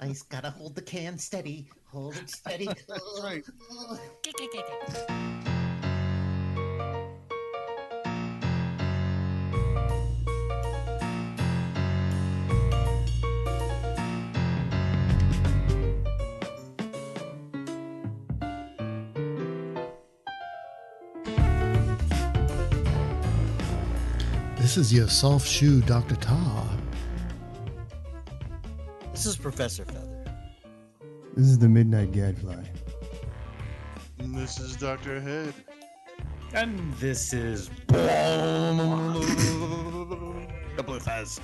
I just gotta hold the can steady. Hold it steady. That's right. This is your soft shoe, Dr. Ta. This is Professor Feather. This is the Midnight Gadfly. And this is Dr. Head. And this is the Blue Fuzz.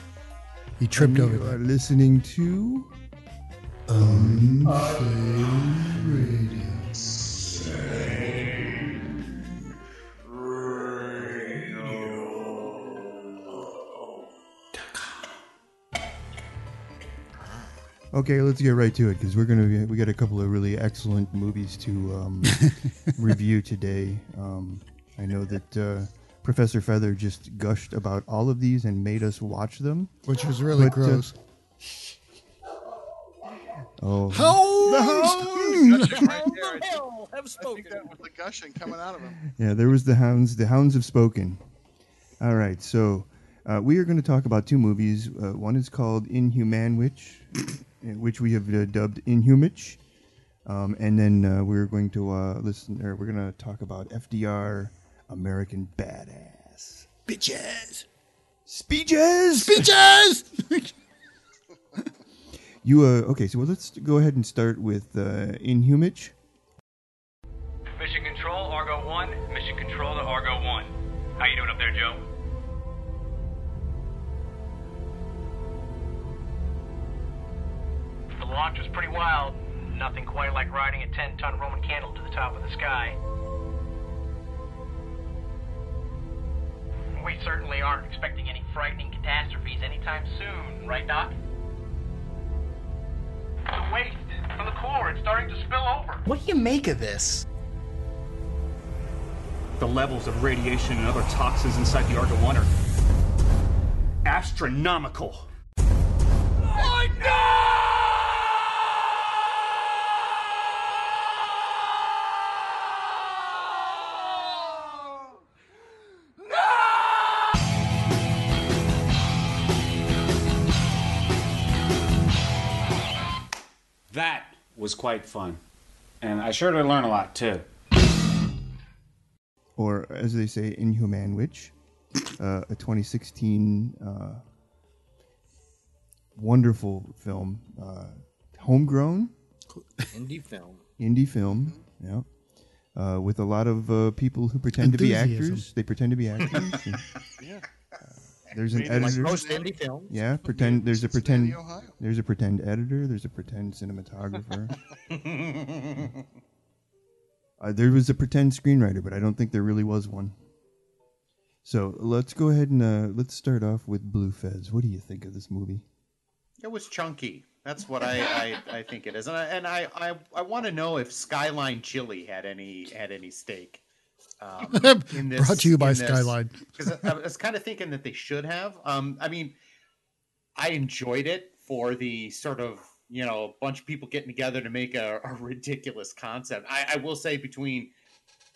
He tripped You over are that. listening to Okay, let's get right to it because we're gonna be, we got a couple of really excellent movies to um, review today. Um, I know that uh, Professor Feather just gushed about all of these and made us watch them. Which was really But, uh, gross. Oh, Hell, have I think spoken. that was the gushing coming out of him. yeah, there was the hounds. The hounds have spoken. All right, so uh, we are going to talk about two movies. Uh, one is called Inhuman Witch, which we have uh, dubbed Inhumich, um, and then uh, we're going to uh, listen. Or we're going to talk about FDR, American Badass. Bitches! Speeches. Bitches! You uh, okay? So well, let's go ahead and start with uh, Inhumich. Mission Control, Argo 1. Mission Control to Argo 1. How you doing up there, Joe? The launch was pretty wild. Nothing quite like riding a 10-ton Roman candle to the top of the sky. We certainly aren't expecting any frightening catastrophes anytime soon, right, Doc? The waste from the core, it's starting to spill over. What do you make of this? The levels of radiation and other toxins inside the Argo 1 are astronomical. That was quite fun. And I sure did learn a lot, too. or as they say, Inhuman Witch, uh, a 2016 uh, wonderful film, uh, homegrown Indie film. indie film, yeah, uh, with a lot of uh, people who pretend to be Enthusiasm. actors. They pretend to be actors. yeah. Uh, There's an Made like editor. Most indie films. yeah, pretend. There's a Cincinnati, pretend. Ohio. There's a pretend editor. There's a pretend cinematographer. uh, there was a pretend screenwriter, but I don't think there really was one. So let's go ahead and uh, let's start off with Blue Fez. What do you think of this movie? It was chunky. That's what I, I, I think it is, and I and I, I, I want to know if Skyline Chili had any had any stake. Um, in this, Brought to you by in this- Skyline. because I, I was kind of thinking that they should have. Um, I mean, I enjoyed it for the sort of you know bunch of people getting together to make a, a ridiculous concept. I, I will say between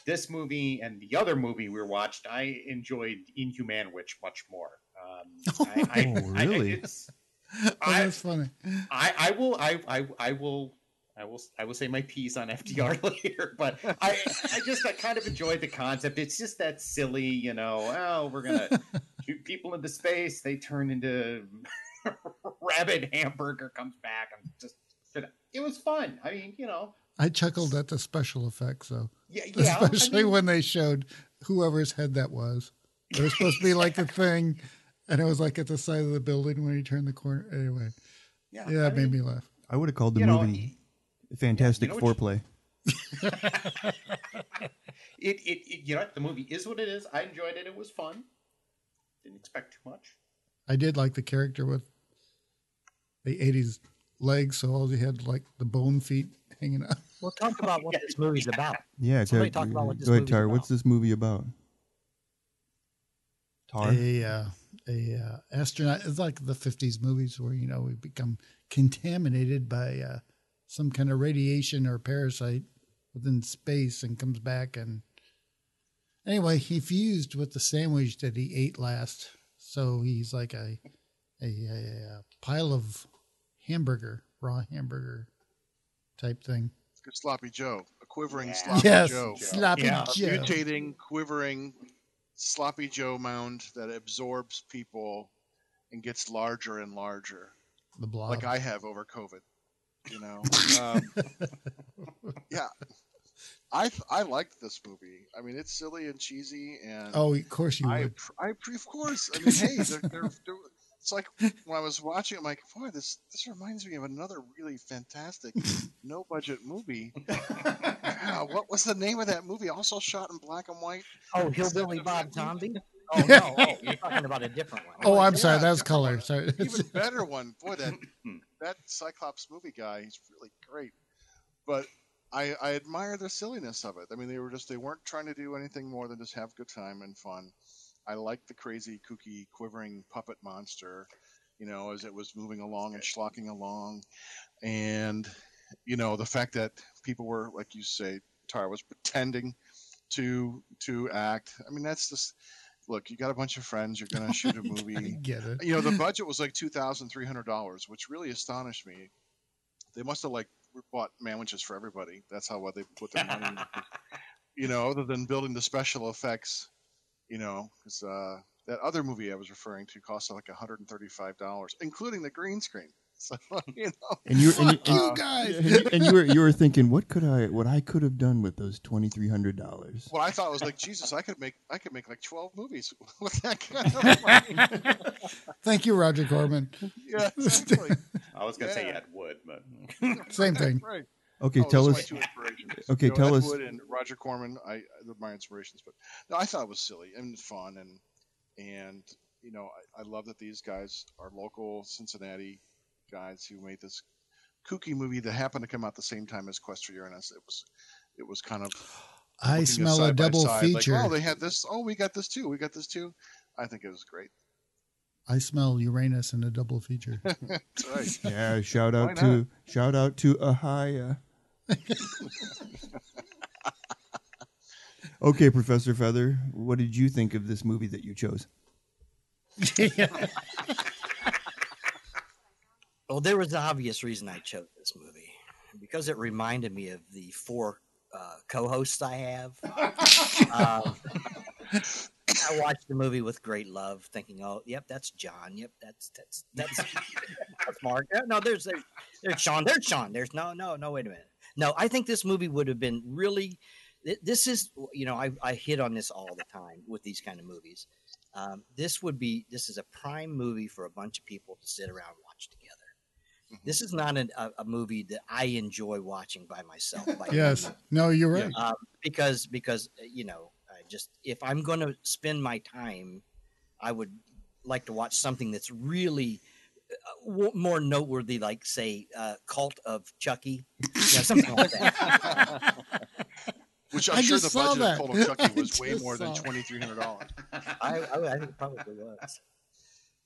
this movie and the other movie we watched, I enjoyed Inhuman Witch much more. Um, I, I, Oh, I- really? it's- Oh, I- that's funny. I, I will I, I I will I will I will say my piece on FDR later, but I I just I kind of enjoyed the concept. It's just that silly, you know. Oh, we're gonna shoot people into space. They turn into rabbit hamburger comes back. I'm just it was fun. I mean, you know, I chuckled at the special effects, though. yeah, yeah. I Especially mean, when they showed whoever's head that was. It was supposed to be like a thing, and it was like at the side of the building when you turned the corner. Anyway, yeah, yeah, I it made mean, me laugh. I would have called the You know, movie Fantastic you know what Foreplay. It, it it you know what? the movie is what it is. I enjoyed it. It was fun. Didn't expect too much. I did like the character with the 80s legs, so all he had like the bone feet hanging out. Well, talk about what this movie's about. yeah, go Somebody ahead, talk about what this go ahead, movie's Tar. What's about. this movie about? Tar. A uh, a uh, astronaut. It's like the 50s movies where you know we become contaminated by uh, some kind of radiation or parasite within space and comes back and anyway he fused with the sandwich that he ate last so he's like a a, a, a pile of hamburger raw hamburger type thing Good sloppy Joe. A quivering sloppy yes Joe. sloppy Yeah. joe Mutating, quivering, sloppy Joe mound that absorbs people and gets larger and larger, the blob like I have over COVID. You know? Um, Um, yeah. I th- I liked this movie. I mean, it's silly and cheesy, and oh of course you I, would appr- I appr- of course. I mean, hey, they're, they're, they're, it's like when I was watching, I'm like, boy, this this reminds me of another really fantastic no budget movie. Yeah, what was the name of that movie? Also shot in black and white. Oh, Hillbilly Bob Zombie? Oh, no. Oh, you're talking about a different one. oh i'm sorry yeah, that was come color on. sorry Even better one. Boy, that that Cyclops movie guy, he's really great. But I I admire the silliness of it. I mean, they were just they weren't trying to do anything more than just have a good time and fun. I liked the crazy, kooky, quivering puppet monster, you know, as it was moving along and schlocking along, and you know the fact that people were, like you say, Tara was pretending to to act. I mean, that's just look. You got a bunch of friends. You're gonna shoot a I movie get it you know the budget was like two thousand three hundred dollars, which really astonished me. They must have like bought manwiches for everybody. That's how well they put their money. in. you know, other than building the special effects, you know, 'cause, uh, that other movie I was referring to cost like one hundred and thirty-five dollars, including the green screen. So you uh, know, And you're and, you, you and- guys and you- and you were you were thinking, what could I what I could have done with those twenty three hundred dollars? what I thought was like Jesus, I could make I could make like twelve movies with that kind of money. thank you roger gorman yeah, exactly. I was gonna say Yeah. Ed Wood, but Same thing. Right. Okay, Oh, tell those are us. my two inspirations. Okay, No, tell Ed us. Wood and Roger Corman. I they're my inspirations, but no, I thought it was silly and fun, and and you know I, I love that these guys are local Cincinnati guys who made this kooky movie that happened to come out the same time as Quest for Uranus. It was it was kind of I looking at smell a side by double side, feature. Like, oh, they had this. Oh, we got this too. We got this too. I think it was great. I smell Uranus in a double feature. That's right. Yeah, shout Why out to shout out to Ahaya. okay, Professor Feather, what did you think of this movie that you chose? Well, there was an obvious reason I chose this movie because it reminded me of the four uh, co-hosts I have. um, I watched the movie with great love, thinking, "Oh, yep, that's John. Yep, that's that's that's, that's Mark. Uh, No, there's there's there's Sean. There's Sean. There's no no no. Wait a minute. No, I think this movie would have been really. thi- This is you know I I hit on this all the time with these kind of movies. Um, this would be this is a prime movie for a bunch of people to sit around and watch together this is not an, a, a movie that I enjoy watching by myself. By yes. No, you're right. um, because because uh, you know, I just if I'm going to spend my time, I would like to watch something that's really uh, w- more noteworthy, like say, uh, Cult of Chucky, you know, something like that. Which I'm I sure just the saw budget that. of Cold of I Chucky was way just more than saw it. twenty three hundred dollars. I, I, I think it probably was.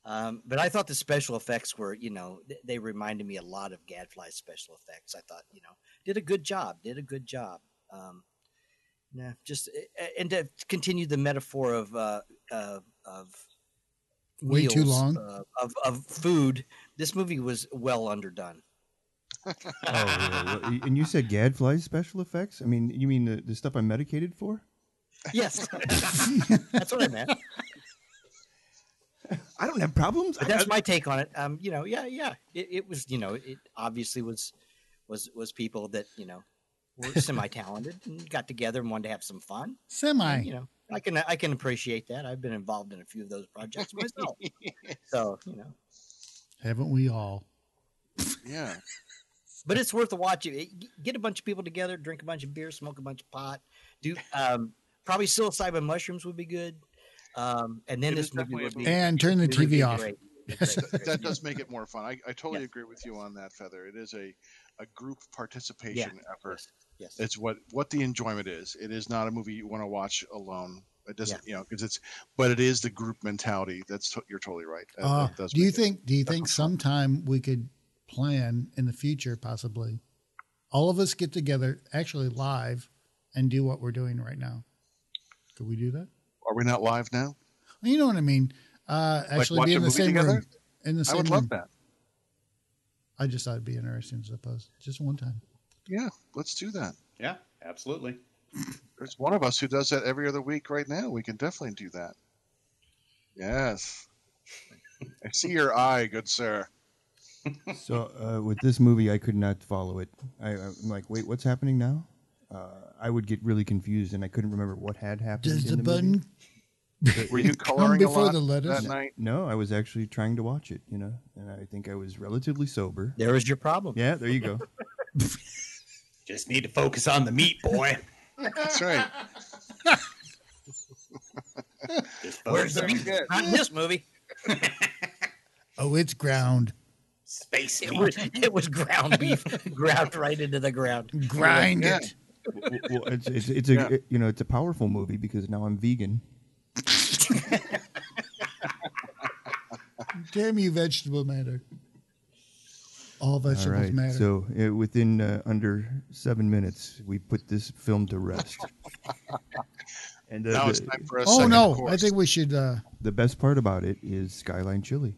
Um, but I thought the special effects were, you know, th- they reminded me a lot of Gadfly's special effects. I thought, you know, did a good job, did a good job. Um, yeah, just a- and to continue the metaphor of uh, uh, of Way too meals, long. uh, of of food. This movie was well underdone. Oh, and you said Gadfly special effects? I mean, you mean the, the stuff I'm medicated for? Yes, that's what I meant. I don't have problems. But that's my take on it. Um, you know, yeah, yeah. It, it was, you know, it obviously was, was, was people that you know were semi-talented and got together and wanted to have some fun. And, Semi. you know, I can, I can appreciate that. I've been involved in a few of those projects myself. so you know, Haven't we all? Yeah. but it's worth a watch. It- Get a bunch of people together, drink a bunch of beer, smoke a bunch of pot. Do um, probably psilocybin mushrooms would be good. Um, and then It this is movie definitely a would be movie. And turn the it would be TV off. great. Great, great. that does make it more fun. I, I totally Yes. agree with you on that, Feather. It is a, a group participation effort. Yes. It's what, what the enjoyment is. It is not a movie you want to watch alone. It doesn't, you know, because it's, but it is the group mentality. That's to- you're totally right. That- Uh, that does do you make it- think? Do you think sometime we could plan in the future, possibly. All of us get together, actually live, and do what we're doing right now. Could we do that? Are we not live now? You know what I mean. Uh, actually, watch be a in the movie same together? room. In the same I would room. love that. I just thought it'd be interesting, I suppose. Just one time. Yeah, let's do that. Yeah, absolutely. There's one of us who does that every other week right now. We can definitely do that. Yes. I see your eye, good sir. So uh, with this movie, I could not follow it. I, I'm like, wait, what's happening now? Uh, I would get really confused, and I couldn't remember what had happened. Does in the button movie. Were you coloring a before lot the letters? that night? No, I was actually trying to watch it, you know, and I think I was relatively sober. There was your problem. Yeah, there you go. Just need to focus on the meat, boy. That's right. Just focus Where's the on meat? Not in this movie. Oh, it's ground. space It meat. was, it was ground beef, ground right into the ground. Grind Yeah. it. well, well, it's it's, it's a Yeah. it- you know it's a powerful movie because now I'm vegan. Damn you, vegetable matter. All vegetables All right, matter. so uh, within uh, under seven minutes, we put this film to rest. and uh, Now it's the, time for a oh second no, course. I think we should uh, the best part about it is Skyline Chili.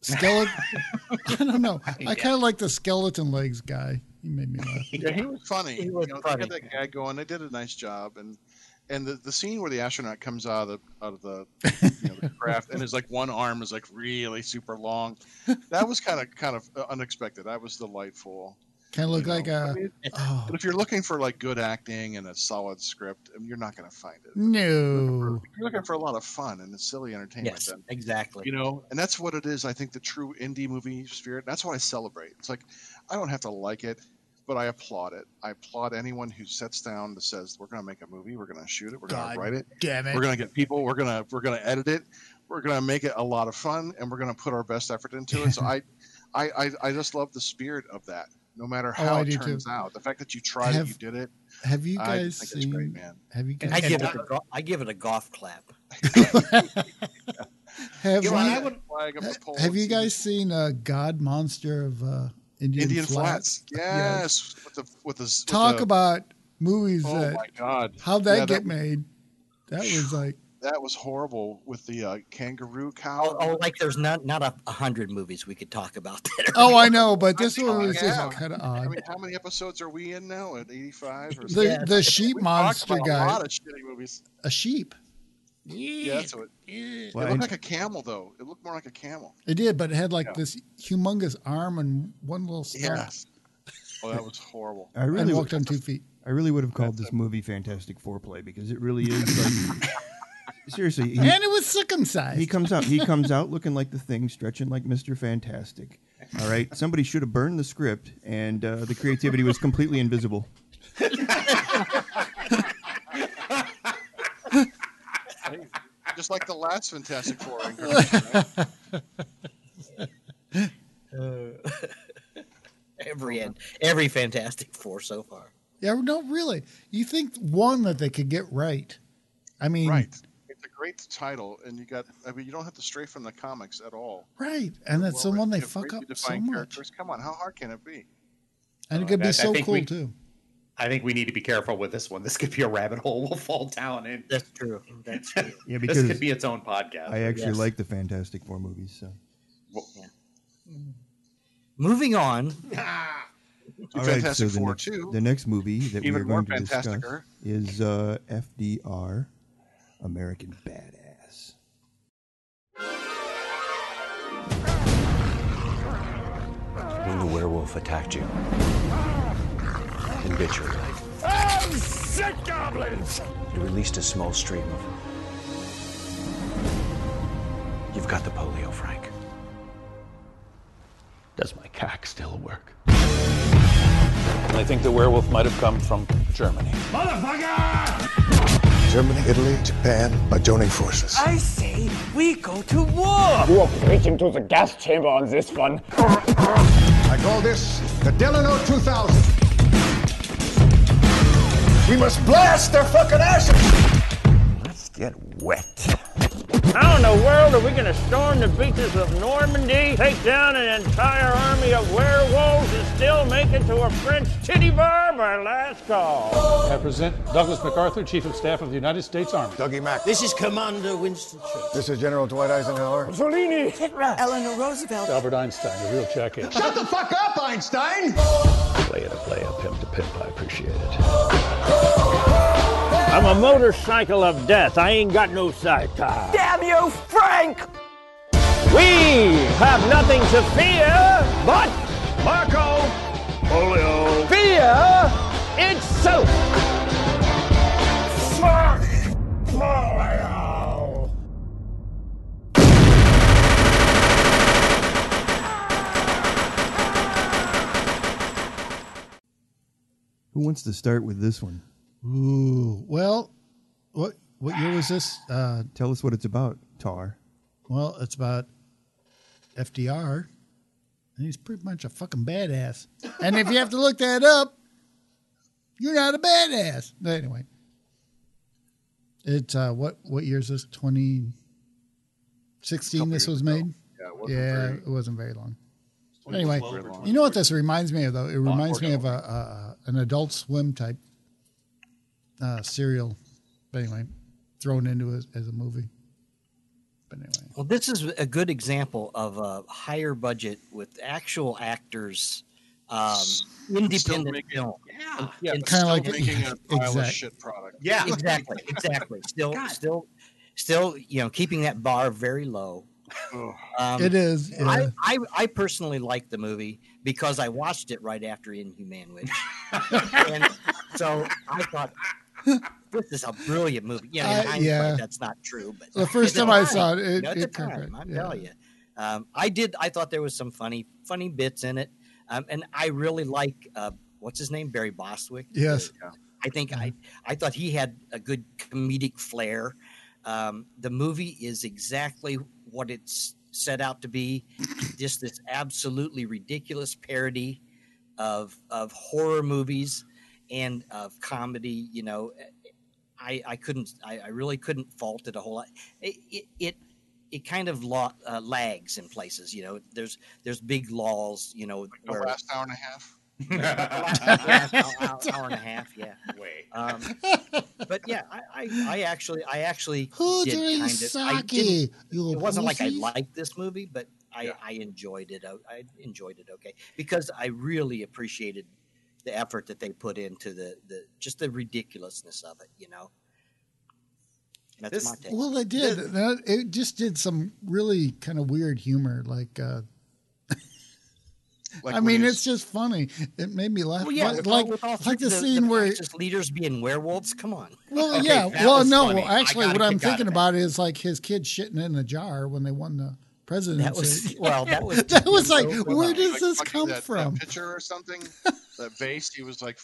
skeleton. I don't know. I kind of like the skeleton legs guy. He made me laugh. Yeah, he was funny. He was you know, funny. They had that guy going. They did a nice job, and and the, the scene where the astronaut comes out of the out of the, you know, the craft, and his like one arm is like really super long. That was kind of kind of uh, unexpected. That was delightful. Kind of look you like know. I a. mean, Oh but if you're looking for like good acting and a solid script, I mean, you're not going to find it. no! You're looking for a lot of fun and silly entertainment. Yes, then exactly. you know and that's what it is i think the true indie movie spirit that's what i celebrate it's like i don't have to like it but i applaud it i applaud anyone who sets down that says we're going to make a movie we're going to shoot it we're going God to write it Damn we're it! going to get people we're going to we're going to edit it we're going to make it a lot of fun and we're going to put our best effort into it so I, I i i just love the spirit of that no matter Oh, how I it do too. turns out the fact that you tried Have it you did it Have you i guys just think it's great seen? man Have you I guys? give it a go- I give it a golf clap. Have You you, know, and I would Flag up the pole have and you see guys seen uh, God Monster of uh, Indian, Indian Flats? flats, yes, with the with the with Talk the- about movies Oh that my god, how'd that Yeah, get made? That was like that was horrible with the uh, kangaroo cow. Oh, oh, like there's not not a, a hundred movies we could talk about that. are- oh I know, but this I'm one was trying just out. kind of I odd. mean, how many episodes are we in now? At eighty-five or The something? the sheep We talked monster about A guy, lot of shitty movies. a sheep. Yeah, that's what. Well, it I- looked like a camel though. It looked more like a camel. It did, but it had like Yeah. this humongous arm and one little stump Yes. Oh, that was horrible. I really and would- walked on two feet. I really would have called this movie Fantastic Foreplay because it really is like seriously. He, and it was circumcised. he comes out. He comes out looking like the thing, stretching like Mister Fantastic. All right, somebody should have burned the script, and uh, the creativity was completely invisible. Just like the last Fantastic Four. incarnation, right? every end, every Fantastic Four so far. yeah, no, really. You think one that they could get right? I mean, right. It's a great title, and you got. I mean, you don't have to stray from the comics at all. right. And that's the Well one they written, fuck up greatly so defined much, characters. Come on, how hard can it be? and it Uh, could that- be I so think cool we- too. I think we need to be careful with this one. This could be a rabbit hole we'll fall down in. That's true. That's true. Yeah, this because could be its own podcast. I actually Yes. like the Fantastic Four movies. So. Moving on. Two All right, Fantastic so the Four next, too. The next movie that Even we are more going to discuss fantasticer. is uh, FDR, American Badass. When the werewolf attacked you and bit your leg. Oh, shit, goblins! It released a small stream of. You've got the polio, Frank. Does my cock still work? I think the werewolf might have come from Germany. Germany, Italy, Japan by joining forces. I say we go to war. You are preaching to the gas chamber on this one. I call this the Delano 2000. We must blast their fucking asses! Let's get wet. How in the world are we going to storm the beaches of Normandy, take down an entire army of werewolves, and still make it to a French titty bar? My last call. I present Douglas MacArthur, Chief of Staff of the United States Army. Dougie Mac. This is Commander Winston Churchill. This is General Dwight Eisenhower. Mussolini. Hitler. Eleanor Roosevelt. Albert Einstein, the real jackass. Shut the fuck up, Einstein! Play it a play, a pimp to pimp. I appreciate it. I'm a motorcycle of death. I ain't got no sight. Damn you, Frank! We have nothing to fear but Marco Polio. Fear itself. Fuck Polio. Who wants to start with this one? Ooh. Well, what what year was this? Uh, Tell us what it's about, Tar. well, it's about FDR, and he's pretty much a fucking badass. And if you have to look that up, you're not a badass. But anyway, it's uh, what what year is this? Twenty sixteen. This was made. Yeah, it yeah, wasn't very- it wasn't very long. It wasn't Anyway, very long. you know what this reminds me of though? It Long reminds me workout. of a, a an Adult Swim type uh, serial. But anyway, thrown into it as a movie. But anyway. Well, this is a good example of a higher budget with actual actors, um, independent film. Yeah, Yeah, And- but Kinda still like- making e- a pile of Exact- shit product. Yeah, exactly, exactly. Still, still, still, you know, keeping that bar very low. Um, It is, yeah. I, I, I personally like the movie because I watched it right after Inhuman Witch, and so I thought this is a brilliant movie. You know, in I- hindsight, yeah. that's not true, but The first at the time I saw it, time, it- you know, at it the caught time, my- I'm yeah. telling you, um, I did. I thought there was some funny, funny bits in it, um, and I really like uh, what's his name, Barry Bostwick. Yes. I think I, I thought he had a good comedic flair. Um, the movie is exactly what it's set out to be, just this absolutely ridiculous parody of of horror movies and of comedy. You know, I I couldn't I, I really couldn't fault it a whole lot. It it, it it kind of lo- uh, lags in places, you know. There's there's big laws, you know. The where- last hour and a half. yeah, hour, hour- hour and a half, yeah. Um, but yeah, I, I, I actually, I actually Who did drinks kind of- I sake, didn't- you It wasn't like I pussies? liked this movie, but I, I enjoyed it. o- I enjoyed it okay because I really appreciated the effort that they put into the, the just the ridiculousness of it. You know, that's my take. Well, they did. That- It just did some really kind of weird humor. Like, uh, Like I when mean, he's- it's just funny. It made me laugh. Well, yeah, like, with all- like, with all three like the, of scene where. fascist leaders being werewolves. Come on. Well, Okay, yeah. that Well, was no. funny. Well, I actually, got a what I'm kick out thinking of about is like his kid shitting in a jar when they won the presidency. was- well, that was- that was like, Well, where does Like, this fucking come that- that from? pitcher or something? that vase. He was like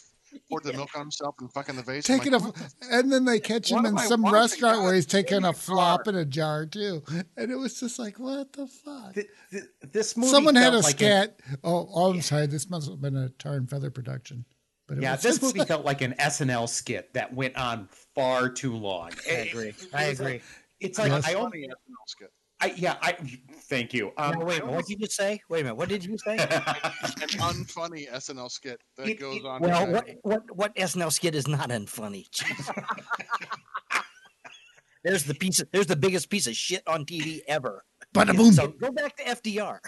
poured the milk on himself and fucking the vase. I'm Taking a, like, what and then they catch him What in am I some watching? restaurant where he's taking in a a flop in a jar too, and it was just like, what the fuck? this movie Someone had a felt like scat. oh, oh, I'm sorry. This must have been a tar and feather production. But it Yeah, was this just movie like- felt like an SNL skit that went on far too long. I agree. I agree. It's like Yes. I, the al- funny SNL skit. I yeah, I thank you. Um, I Now, wait, a minute, what almost- did you say? Wait a minute, what did you say? An unfunny SNL skit that It- goes it- on. Well, forever. what what what SNL skit is not unfunny? Jeez. there's the piece. Of, there's the biggest piece of shit on TV ever. Bada boom. So go back to FDR.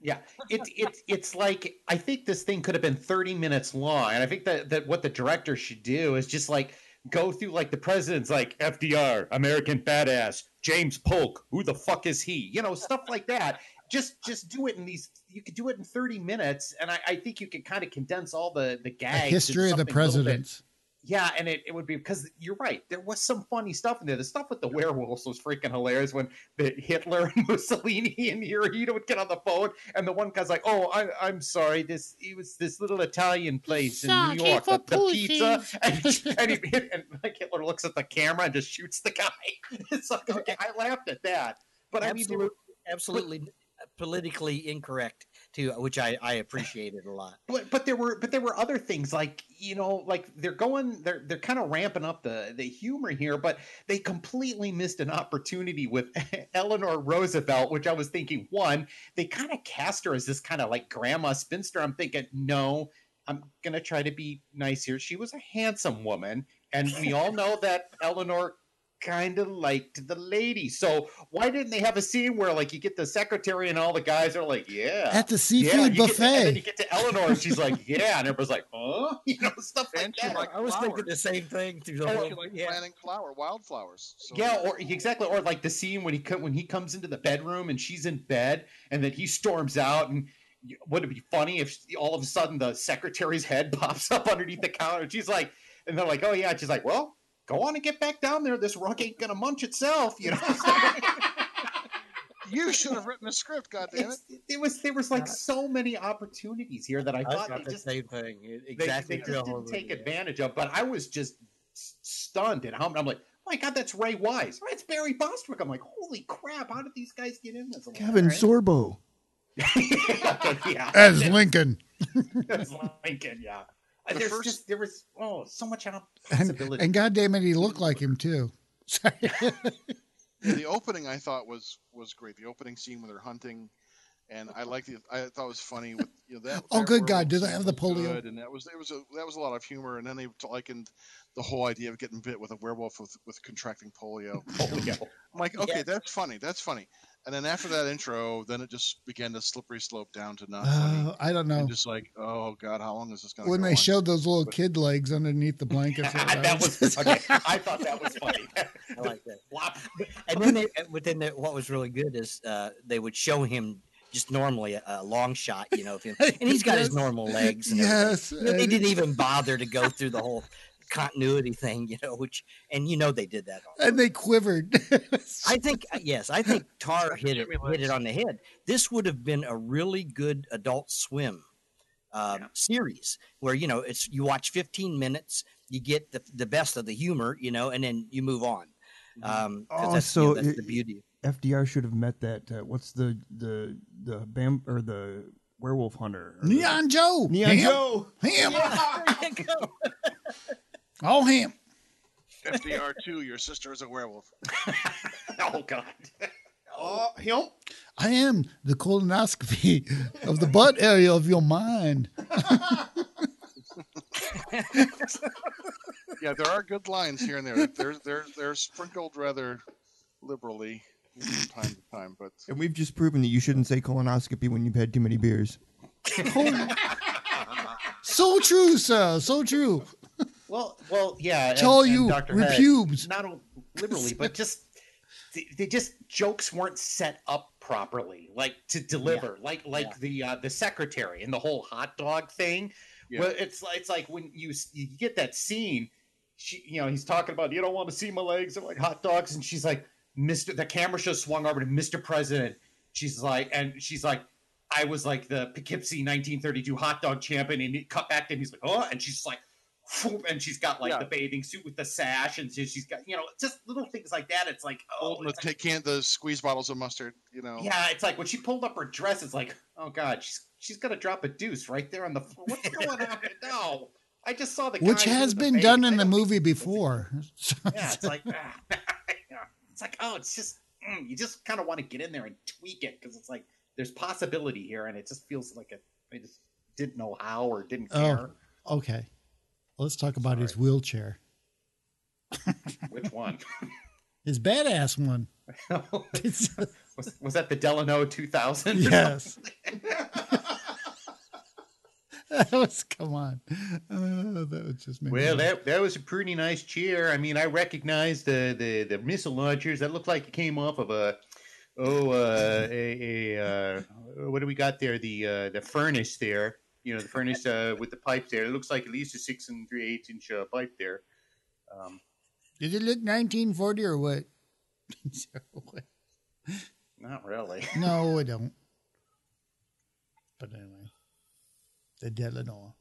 Yeah, it's it's it's like I think this thing could have been thirty minutes long, and I think that that what the director should do is just like go through like the presidents, like FDR, American badass, James Polk, who the fuck is he? You know, stuff like that. Just just do it in these. You could do it in thirty minutes, and I, I think you could kind of condense all the the a gags. into history of the something a little bit- presidents. yeah, and it, it would be because you're right. There was some funny stuff in there. The stuff with the werewolves was freaking hilarious when the Hitler and Mussolini and Hirohito would get on the phone, and the one guy's like, "Oh, I, I'm sorry. This it was this little Italian place in New Sake York, for the, the pizza." pussies. And, and, he, and like Hitler looks at the camera and just shoots the guy. It's like okay, I laughed at that, but I mean, there were- absolutely, absolutely politically incorrect too, which I, I appreciated a lot. But but there were but there were other things like you know like they're going they're they're kind of ramping up the the humor here, but they completely missed an opportunity with Eleanor Roosevelt, which I was thinking one they kind of cast her as this kind of like grandma spinster. I'm thinking no. I'm gonna try to be nice here. She was a handsome woman, and we all know that Eleanor kind of liked the lady. So why didn't they have a scene where like you get the secretary and all the guys are like, yeah, At uh, yeah, the seafood you Get to, and then you buffet. get to Eleanor, and she's like, yeah, and everybody's like, huh? You know, stuff like Oh, that. I was thinking the same thing through the And- whole. She liked planting flower, wildflowers. So yeah, or exactly, or like the scene when he co- when he comes into the bedroom and she's in bed, and then he storms out and. y- Wouldn't it be funny if she- all of a sudden the secretary's head pops up underneath the counter? And she's like, and they're like, oh yeah. And she's like, well, go on and get back down there. This rug ain't gonna munch itself, you know. you should have written a script. God damn it! It's- it was there was like so many opportunities here that I I thought got they the just same thing. It- they- Exactly. they, through the just whole didn't take movie. advantage of. But I was just s- stunned at how I'm like, oh my god, that's Ray Wise. Oh, that's Barry Bostwick. I'm like, holy crap, how did these guys get in this? I'm like, Kevin "All right." Sorbo yeah, As Lincoln. as Lincoln, yeah. Uh, There's just there was oh so much op- And, possibility. and goddamn it, he looked like him too. Sorry. the opening I thought was was great. The opening scene when they're hunting, and I liked the I thought it was funny with you know that. Oh, that good God, werewolf do they scene have the was polio? good, and that was it was a, that was a lot of humor, and then they likened the whole idea of getting bit with a werewolf with, with contracting polio. polio. I'm like, okay, Yeah. that's funny. That's funny. And then after that intro, then it just began to slippery slope down to not funny. Uh, I don't know. And just like, oh God, how long is this going to When they showed those little kid legs underneath the blankets, that was okay. I thought that was funny. I like that. Flop. And then, they, but then they, what was really good is uh, they would show him just normally a, a long shot, you know, of him, and he's got his Yes. normal legs. And everything. Yes, You know, they and- didn't even bother to go through the whole continuity thing, you know. Which, and you know, they did that. on- and they quivered. I think uh, yes, I think Tar hit it hit it on the head. This would have been a really good Adult Swim um, series where you know it's you watch 15 minutes, you get the the best of the humor, you know, and then you move on. Um, 'cause Oh, that's, you know, so that's it- the beauty. FDR should have met that. Uh, what's the the the bam or the werewolf hunter? or the- Neon Joe. Neon Ham. Joe. Ham. there you go. All ham. FDR two, your sister is a werewolf. oh God. Oh, him. I am the colonoscopy of the butt area of your mind. yeah, there are good lines here and there. They're they're they're sprinkled rather liberally from time to time, but And we've just proven that you shouldn't say colonoscopy when you've had too many beers. So true, sir. So true. Well, well, yeah. Tell you, Hay, repubes. not o- liberally, but just they, they just jokes weren't set up properly, like to deliver, like like the uh, the secretary and the whole hot dog thing. Yeah. Well, it's like- it's like when you s- you get that scene, she you know he's talking about you don't want to see my legs, I'm like hot dogs, and she's like Mister. The camera just swung over to Mister President. She's like, and she's like. I was like the Poughkeepsie 1932 hot dog champion, and it cut back to him. He's like, oh, and she's like, whoop, and she's got like the bathing suit with the sash, and she- she's got you know just little things like that. It's like oh, holding the t- can the squeeze bottles of mustard, you know. yeah, it's like when she pulled up her dress, it's like oh god, she's she's gonna drop a deuce right there on the floor. What's going on? No, I just saw the Which guy has with the been face. done in the movie before. Yeah, it's like ah, it's like oh, it's just mm, you just kind of want to get in there and tweak it because it's like there's possibility here, and it just feels like it. I just didn't know how or didn't Oh, care okay. Let's talk about his wheelchair. which one. His badass one. was, was that the Delano 2000? or Yes. something? That was, come on. Uh, that was just me. Well, that that was a pretty nice chair. I mean, I recognize the the, the missile launchers. That looked like it came off of a oh uh, a, a uh, what do we got there? The uh, the furnace there. You know, the furnace uh, with the pipes there. It looks like at least a six and three eighths inch uh, pipe there. Um, Did it look 1940 or what? not really. no, I don't. But anyway, the Delano.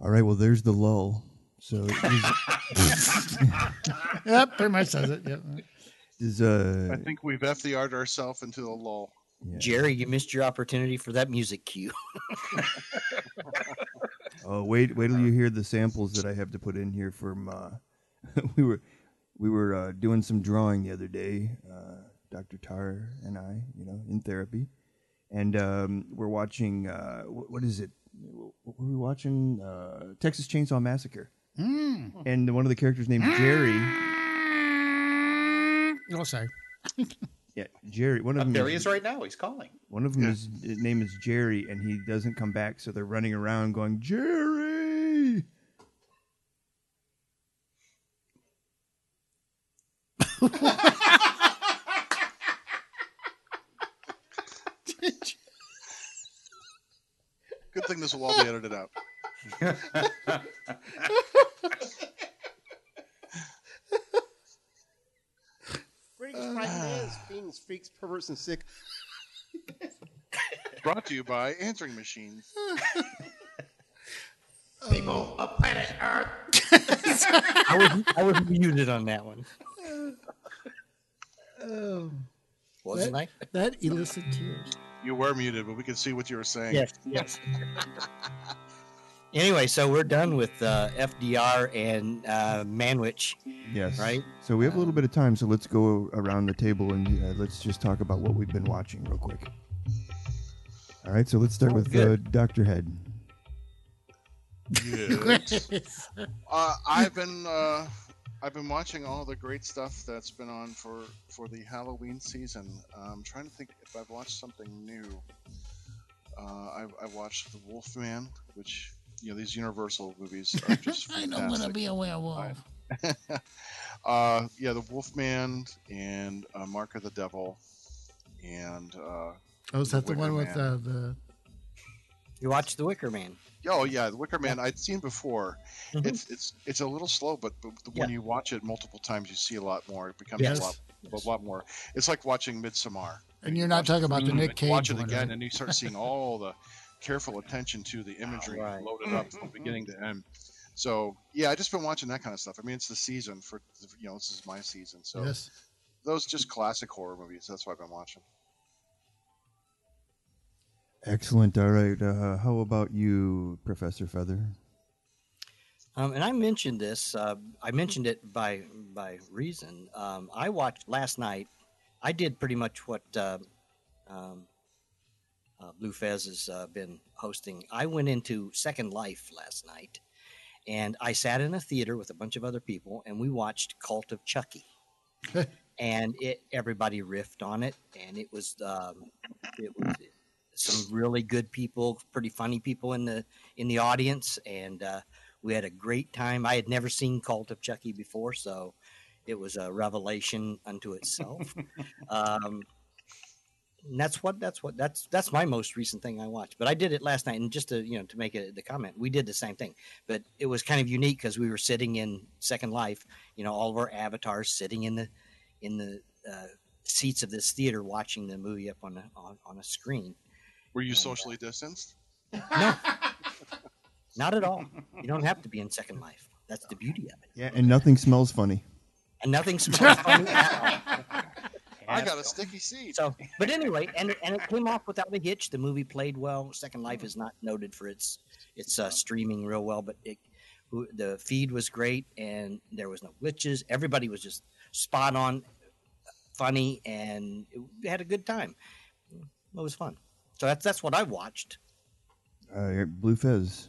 All right, well, there's the lull. So is, That pretty much says it. Yep. is uh, I think we've FDR'd ourselves into a lull. Jerry, you missed your opportunity for that music cue. Oh wait, wait till you hear the samples that I have to put in here from. Uh, we were we were uh, doing some drawing the other day, uh, Doctor Tar and I, you know, in therapy, and um, we're watching. Uh, wh- what is it? What were we watching? Uh, Texas Chainsaw Massacre. Mm. And one of the characters named Jerry. Oh, sorry. Yeah, Jerry. One of Up them there he Uh, is right now. He's calling. One of them is his name is Jerry, and he doesn't come back, so they're running around going Jerry. Good thing this will all be edited out. British Prime Minister, fiends, freaks, perverts, and sick. Brought to you by Answering Machines. People of planet Earth. I was I was muted on that one. Oh. Wasn't that, That elicit tears. You were muted, but we could see what you were saying. Yes, yes. Anyway, so we're done with uh, FDR and uh, Manwich. Yes. Right. So we have a little bit of time, so let's go around the table and uh, let's just talk about what we've been watching real quick. All right, so let's start with uh, good. Doctor Head. Yes. uh, I've been uh, I've been watching all the great stuff that's been on for for the Halloween season. Uh, I'm trying to think if I've watched something new. Uh, I, I watched The Wolfman, which you know these Universal movies are just I fantastic. don't want to be a werewolf. uh, yeah, The Wolfman and uh, Mark of the Devil, and uh, Oh, is that the Wicker one with Man. uh, the? You watched The Wicker Man. Oh yeah, The Wicker Man. I'd seen before. It's it's it's a little slow, but, but the- when you watch it multiple times, you see a lot more. It becomes Yes. a lot a lot more. It's like watching Midsommar. And you're not talking about the Nick Cage Watch it one, again, right? and you start seeing all the careful attention to the imagery loaded up from beginning to end. So yeah, I just been watching that kind of stuff. I mean, it's the season for you know this is my season, so Yes. those just classic horror movies. That's what I've been watching. Excellent. All right. Uh, how about you, Professor Feather? Um, and I mentioned this. Uh, I mentioned it by by reason. Um, I watched last night. I did pretty much what uh, um, uh, Blue Fez has uh, been hosting. I went into Second Life last night, and I sat in a theater with a bunch of other people, and we watched Cult of Chucky. and it everybody riffed on it, and it was um, it was some really good people, pretty funny people in the in the audience, and uh, we had a great time. I had never seen Cult of Chucky before, so it was a revelation unto itself. um, and that's what that's what that's that's my most recent thing I watched. But I did it last night, and just to you know to make a, the comment, we did the same thing, but it was kind of unique because we were sitting in Second Life, you know, all of our avatars sitting in the in the uh, seats of this theater watching the movie up on a, on, on a screen. Were you socially distanced? Not at all. You don't have to be in Second Life. That's the beauty of it. Yeah, and nothing smells funny. and nothing smells funny at all. I got a sticky seat. So, but anyway, and and it came off without a hitch. The movie played well. Second Life is not noted for its its uh, streaming real well, but it, who- the feed was great, and there was no glitches. Everybody was just spot on, funny, and we had a good time. It was fun. So that's that's what I watched. Uh, Blue Fez.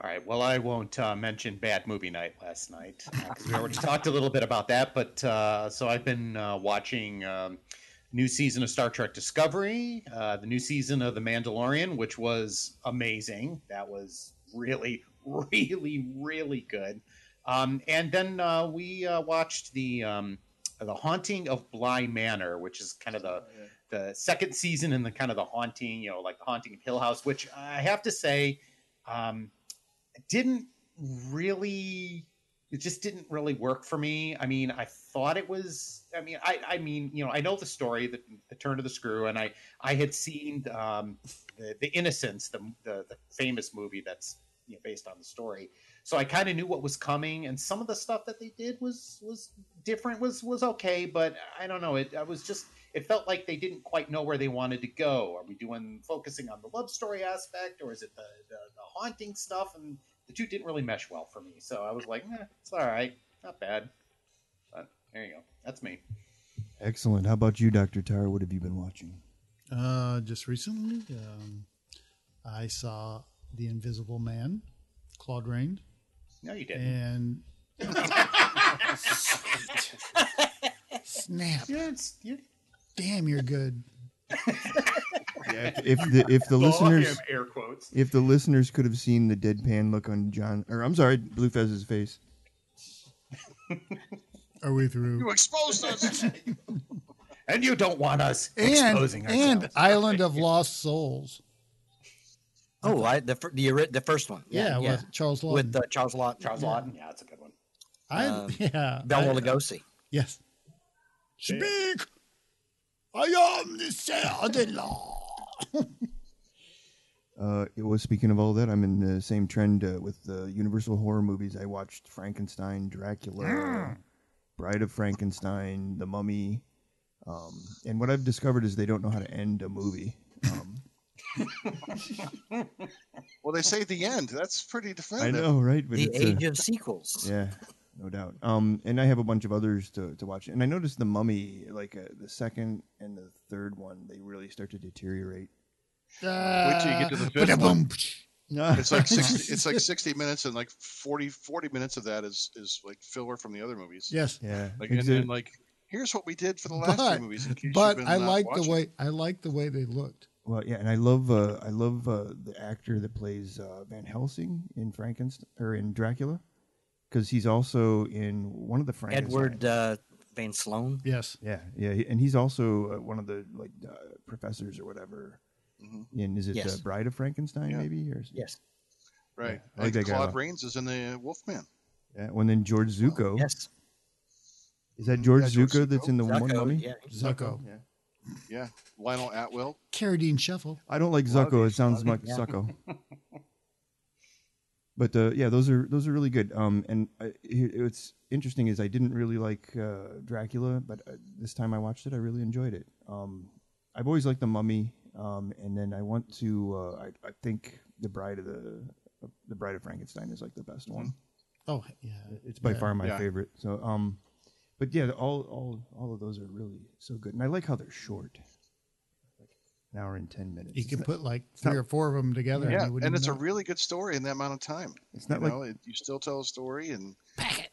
All right. Well, I won't uh, mention Bad Movie Night last night because we already talked a little bit about that. But uh, so I've been uh, watching um, new season of Star Trek Discovery, uh, the new season of The Mandalorian, which was amazing. That was really, really, really good. Um, and then uh, we uh, watched the um, the Haunting of Bly Manor, which is kind of the the second season and the kind of the haunting, you know, like the haunting of Hill House, which I have to say. Um, didn't really it just didn't really work for me i mean i thought it was i mean i i mean you know i know the story the, the turn of the screw and i i had seen um the, the innocence the, the the famous movie that's you you know, based on the story. So I kind of knew what was coming, and some of the stuff that they did was was different, was was okay, but I don't know. It I was just it felt like they didn't quite know where they wanted to go. Are we doing focusing on the love story aspect, or is it the the, the haunting stuff? And the two didn't really mesh well for me. So I was like, eh, it's all right, not bad. But there you go. That's me. Excellent. How about you, Dr. Tara? What have you been watching? Uh, just recently, um, I saw The Invisible Man, Claude Rain. No, you didn't. And snap. Damn, you're good. If the if the Volume, listeners air quotes. if the listeners could have seen the deadpan look on John or I'm sorry, Blue Fez's face. Are we through? You exposed us. and you don't want us And, exposing and ourselves. Island of Lost Souls. Oh, I, the fir- the ori- the first one. Yeah, with Charles Lawton. With uh, Charles Lawton. Charles Yeah. Lawton, Yeah, that's a good one. I Um, yeah. Bela I- Lugosi. Yes. Speak. I am the sound law. Uh, it was speaking of all that, I'm in the same trend uh, with the Universal horror movies. I watched Frankenstein, Dracula, Ah. Bride of Frankenstein, The Mummy, um, and what I've discovered is they don't know how to end a movie. Um, well, they say the end. That's pretty I definitive. know, right? The it's, uh, age of sequels. Yeah, no doubt. Um, and I have a bunch of others to, to watch. And I noticed the Mummy, like uh, the second and the third one, they really start to deteriorate. Wait till you get to the fifth one. It's like 60, it's like 60 minutes and like 40, 40 minutes of that is is like filler from the other movies. Yes. Yeah. Like and, Exhibit- and like here's what we did for the last but two movies. In case but you've been I not like watching. the way I like the way they looked. Well, yeah, and I love uh, I love uh, the actor that plays uh, Van Helsing in Frankenstein or in Dracula, because he's also in one of the Frankenstein. Edward uh, Van Sloan. Yes. Yeah, yeah, he- and he's also uh, one of the like uh, professors or whatever. Mm-hmm. In is it Yes. uh, Bride of Frankenstein maybe or yes, Right. I and like that guy a Claude lot. Rains is in the Wolfman. yeah, well, and then George Zuko. yes, is that George, Yeah, George Zuko, that's Zuko. in the one Zucko, mummy? yeah. Zucko. Yeah. Yeah. Lionel Atwill. Carrie Dean Shuffle. I don't like Love Zucko. it. It sounds Love like it, yeah. Zucko. But uh, yeah, those are those are really good. Um, and I, it- it's interesting is I didn't really like uh, Dracula, but uh, this time I watched it, I really enjoyed it. Um, I've always liked the Mummy, um, and then I want to. Uh, I, I think the Bride of the the Bride of Frankenstein is like the best one. Oh yeah. It's by Yeah. far my Yeah. favorite. So um, but yeah, all all all of those are really so good, and I like how they're short. An hour and ten minutes. You It's can not- put like it's three not- or four of them together. Yeah, you and, wouldn't it's a know. really good story in that amount of time. It's you not like- know, it, you still tell a story and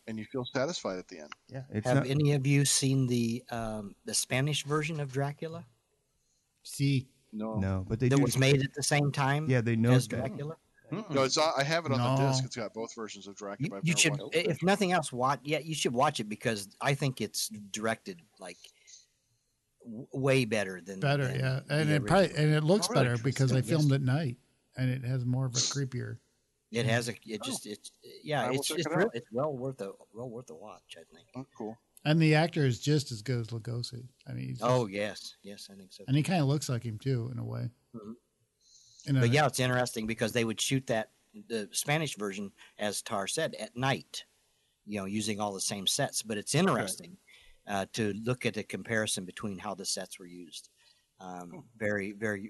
and you feel satisfied at the end. Yeah, Have any of you seen the um, the Spanish version of Dracula See. No. No, but they that do- was made at the same time? Yeah, uh, they know as that. Dracula. No, it's on- I have it on the No. disc. It's got both versions of Dracula. but I've Oh, You never should, eh, watched it. if nothing else, watch. Yeah, you should watch it because I think it's directed like w- way better than better, than yeah, the and it original. probably and it looks Oh, really? better because they Interesting. filmed at night, and it has more of a creepier. It has a. It just. It's I yeah. will It's check it's, it real, out. it's well worth a well worth a watch. I think. Oh, cool. And the actor is just as good as Lugosi. I mean, he's just- Oh yes, yes, I think so. and he kind of looks like him too in a way. Mhm. In a- but yeah, it's interesting because they would shoot that the Spanish version, as Tar said, at night, you know, using all the same sets. But it's interesting uh, to look at the comparison between how the sets were used. Um, very, very,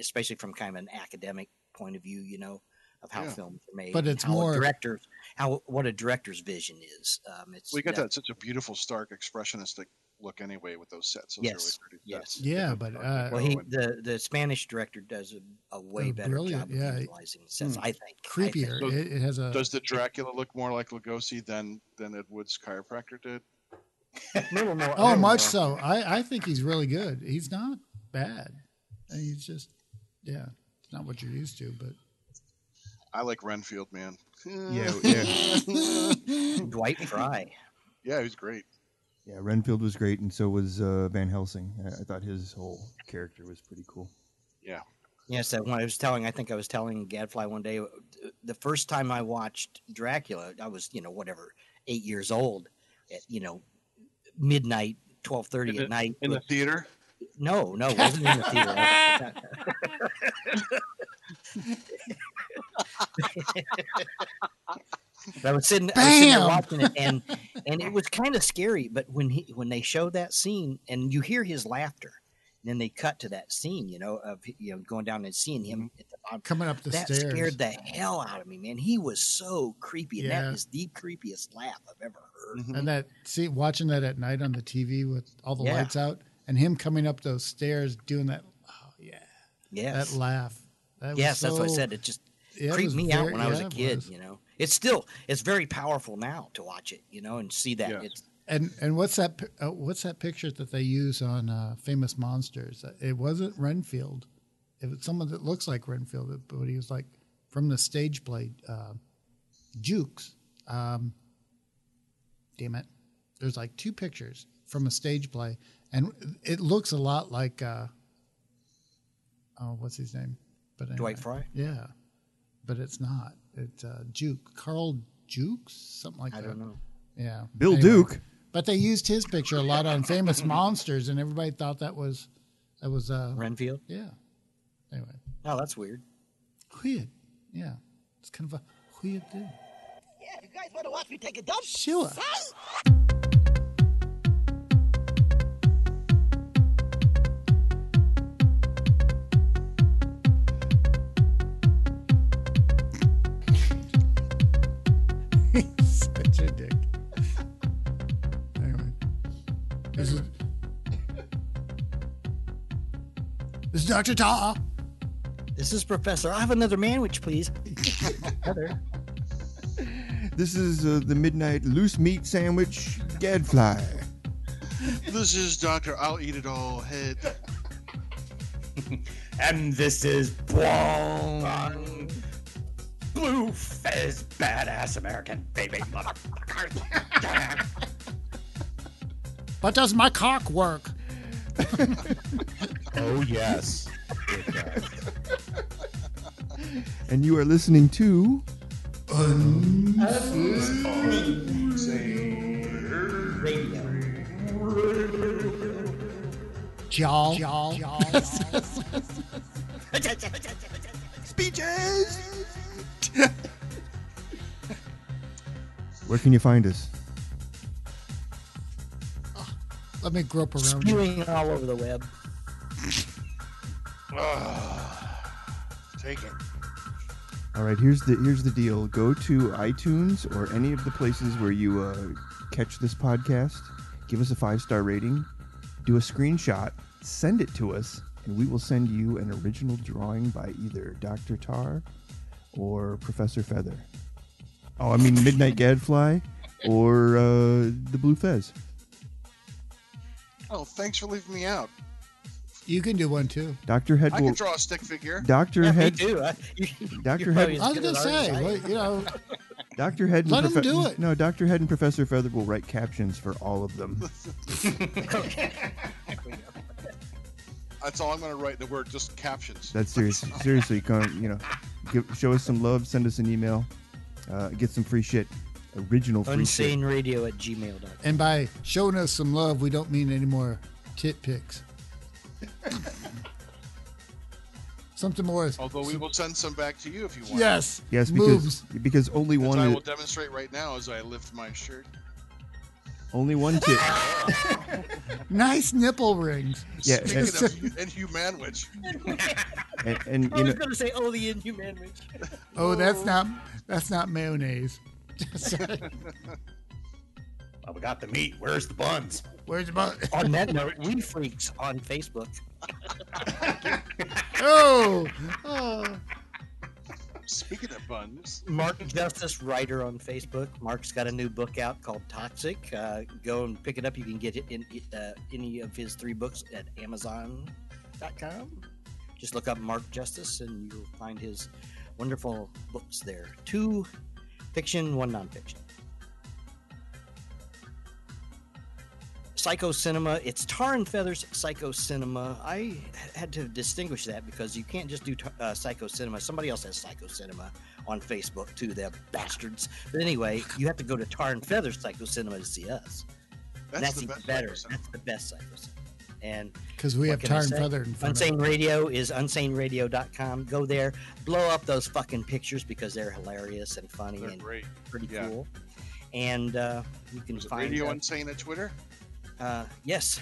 especially from kind of an academic point of view, you know, of how Yeah. films are made. But and it's how a more- director, how what a director's vision is. Um, it's We got that- that such a beautiful, stark, expressionistic look anyway with those sets. Those Yes, early 30s yes. sets. Yeah, but uh, well, he, the the Spanish director does a, a way They're better brilliant, job of yeah. utilizing the sets, Hmm. I think. I think. creepier. Does- uh, it, it has a Does the Dracula look more like Lugosi than than Ed Wood's chiropractor did? oh, uh, much so. I I think he's really good. He's not bad. He's just yeah, it's not what you're used to, but I like Renfield, man. Yeah, yeah. Dwight Fry. Yeah, he's great. Yeah, Renfield was great, and so was uh, Van Helsing. I, I thought his whole character was pretty cool. Yeah. Yes, that when I was telling, I think I was telling Gadfly one day, uh, the first time I watched Dracula, I was you know whatever eight years old, at, you know midnight, twelve thirty at night in the with- theater. No, no, it wasn't in the theater. I was sitting, I was sitting there Bam! watching it, and and it was kind of scary. But when he when they show that scene, and you hear his laughter, and then they cut to that scene, you know, of you know going down and seeing him at the bottom, Coming up Mm-hmm. the that stairs. scared the hell out of me, man. He was so creepy, and Yeah. Mm-hmm. that is the creepiest laugh I've ever heard. And that see watching that at night on the TV with all the Mm-hmm. Yeah. lights out and him coming up those stairs doing that oh yeah. Yes. That laugh. That was yes, that's what I so- said. It just Yeah, it creeped was me out very- when I was yeah, a it kid. was. You know, it's still it's very powerful now to watch it. You know, and see that it's And and what's that pi- uh, what's that picture that they use on uh, famous monsters? Uh, It wasn't Renfield. It was someone that looks like Renfield, but he was like from the stage play uh, Jukes. Um, damn it. There's like two pictures from a stage play and it looks a lot like uh, oh, what's his name? But Dwight Fry? Yeah. But it's not. It's uh, Juke. Carl Jukes, something like I that. don't know. Yeah. Bill Anyway. Duke. But they used his picture a lot on Famous Monsters, and everybody thought that was that was uh, Renfield. Yeah. Anyway, Oh, that's weird. weird. Yeah, it's kind of a weird thing. Yeah, you guys want to watch me take a dump? Sure. Such a dick. Anyway, this is this is Doctor Ta. uh, This is Professor. I have another manwich, please. Heather. This is uh, the midnight loose meat sandwich gadfly. this is Doctor. I'll eat it all. Head. and this is Blong Blue Fizz Badass American Baby Motherfucker. But does my cock work? oh yes. And you are listening to. Jaw. Jaw. Jaw. Speeches. Where can you find us? Let me grope around. you. Spewing all over the web. Take it. All right, here's the here's the deal. Go to iTunes or any of the places where you uh, catch this podcast. Give us a five star rating. Do a screenshot. Send it to us, and we will send you an original drawing by either Doctor Tar or Professor Feather. Oh, I mean Midnight Gadfly or uh, the Blue Fez. Oh, thanks for leaving me out. You can do one too. Doctor Head I will can draw a stick figure. Doctor Yeah, me Head. too. I- Doctor I Head. was gonna say, well, you know, Doctor Head. And Let 'em Profe- do it. No, Doctor Head and Professor Feather will write captions for all of them. That's all I'm going to write. The word just captions. That's serious. seriously, come, you know, give, show us some love. Send us an email. Uh, get some free shit. Original free shit. radio at gmail.com. and by showing us some love, we don't mean any more tit pics. Something more. Although we will send some back to you if you want. Yes. Yes, Moves. because because only As one I is- will demonstrate right now as I lift my shirt. only one tit. Nice nipple rings. Yeah, Speaking and- of hu- inhumanwich. and, and I you was know, going to say, oh, the inhuman witch. Oh, that's not that's not mayonnaise. Well, we got the meat. Where's the buns? Where's the bun? On that note, we freaks on Facebook. oh, oh. Speaking of buns, Mark Justice Writer on Facebook. Mark's got a new book out called Toxic. Uh, go and pick it up. You can get it in uh, any of his three books at Amazon.com. Just look up Mark Justice and you'll find his wonderful books there. Two fiction, one nonfiction. Psycho Cinema. It's Tar and Feathers Psycho Cinema. I had to distinguish that because you can't just do tar- uh, Psycho Cinema. Somebody else has Psycho Cinema on Facebook too. They're bastards. But anyway, you have to go to Tar and Feathers Psycho Cinema to see us. And That's That's, the even best better. Psycho Cinema. That's the best Psycho Cinema. And Because we have what can I tar and say? feather in front of Unsane it. Radio is unsaneradio.com. Go there, blow up those fucking pictures because they're hilarious and funny They're and great. pretty Yeah. cool. And uh, you can Was it find Radio uh, Insane at Twitter? uh, yes,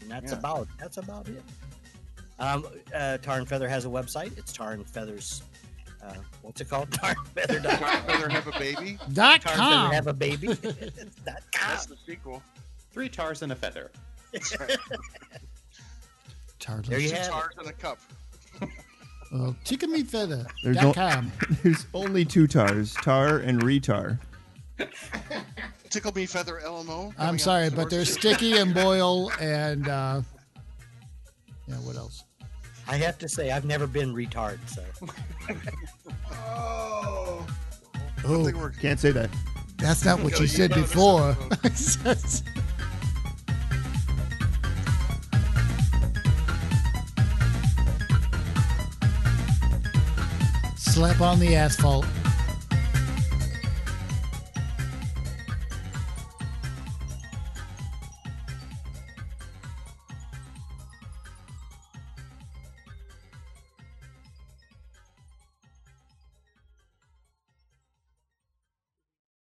and that's Yeah. about that's about it. Um, uh, Tar and Feather has a website. It's Tar and Feathers. Uh, what's it called? Tar and Feather. Tar and Feather Have a Baby? Dot Tar and com. Feather have a baby. Dot com. That's the sequel. Three tars and a feather. Tarless. There you Two have it. tars and a cup. Well, Oh, chicken meat feather. There's, dot o- com. there's only two tars, tar and retar. Tickle Me Feather LMO. I'm sorry, but they're sticky and boil and uh, yeah. What else? I have to say, I've never been retarded, so Oh. Oh, Can't say that. that's not what No, you you said found before. Slap on the asphalt.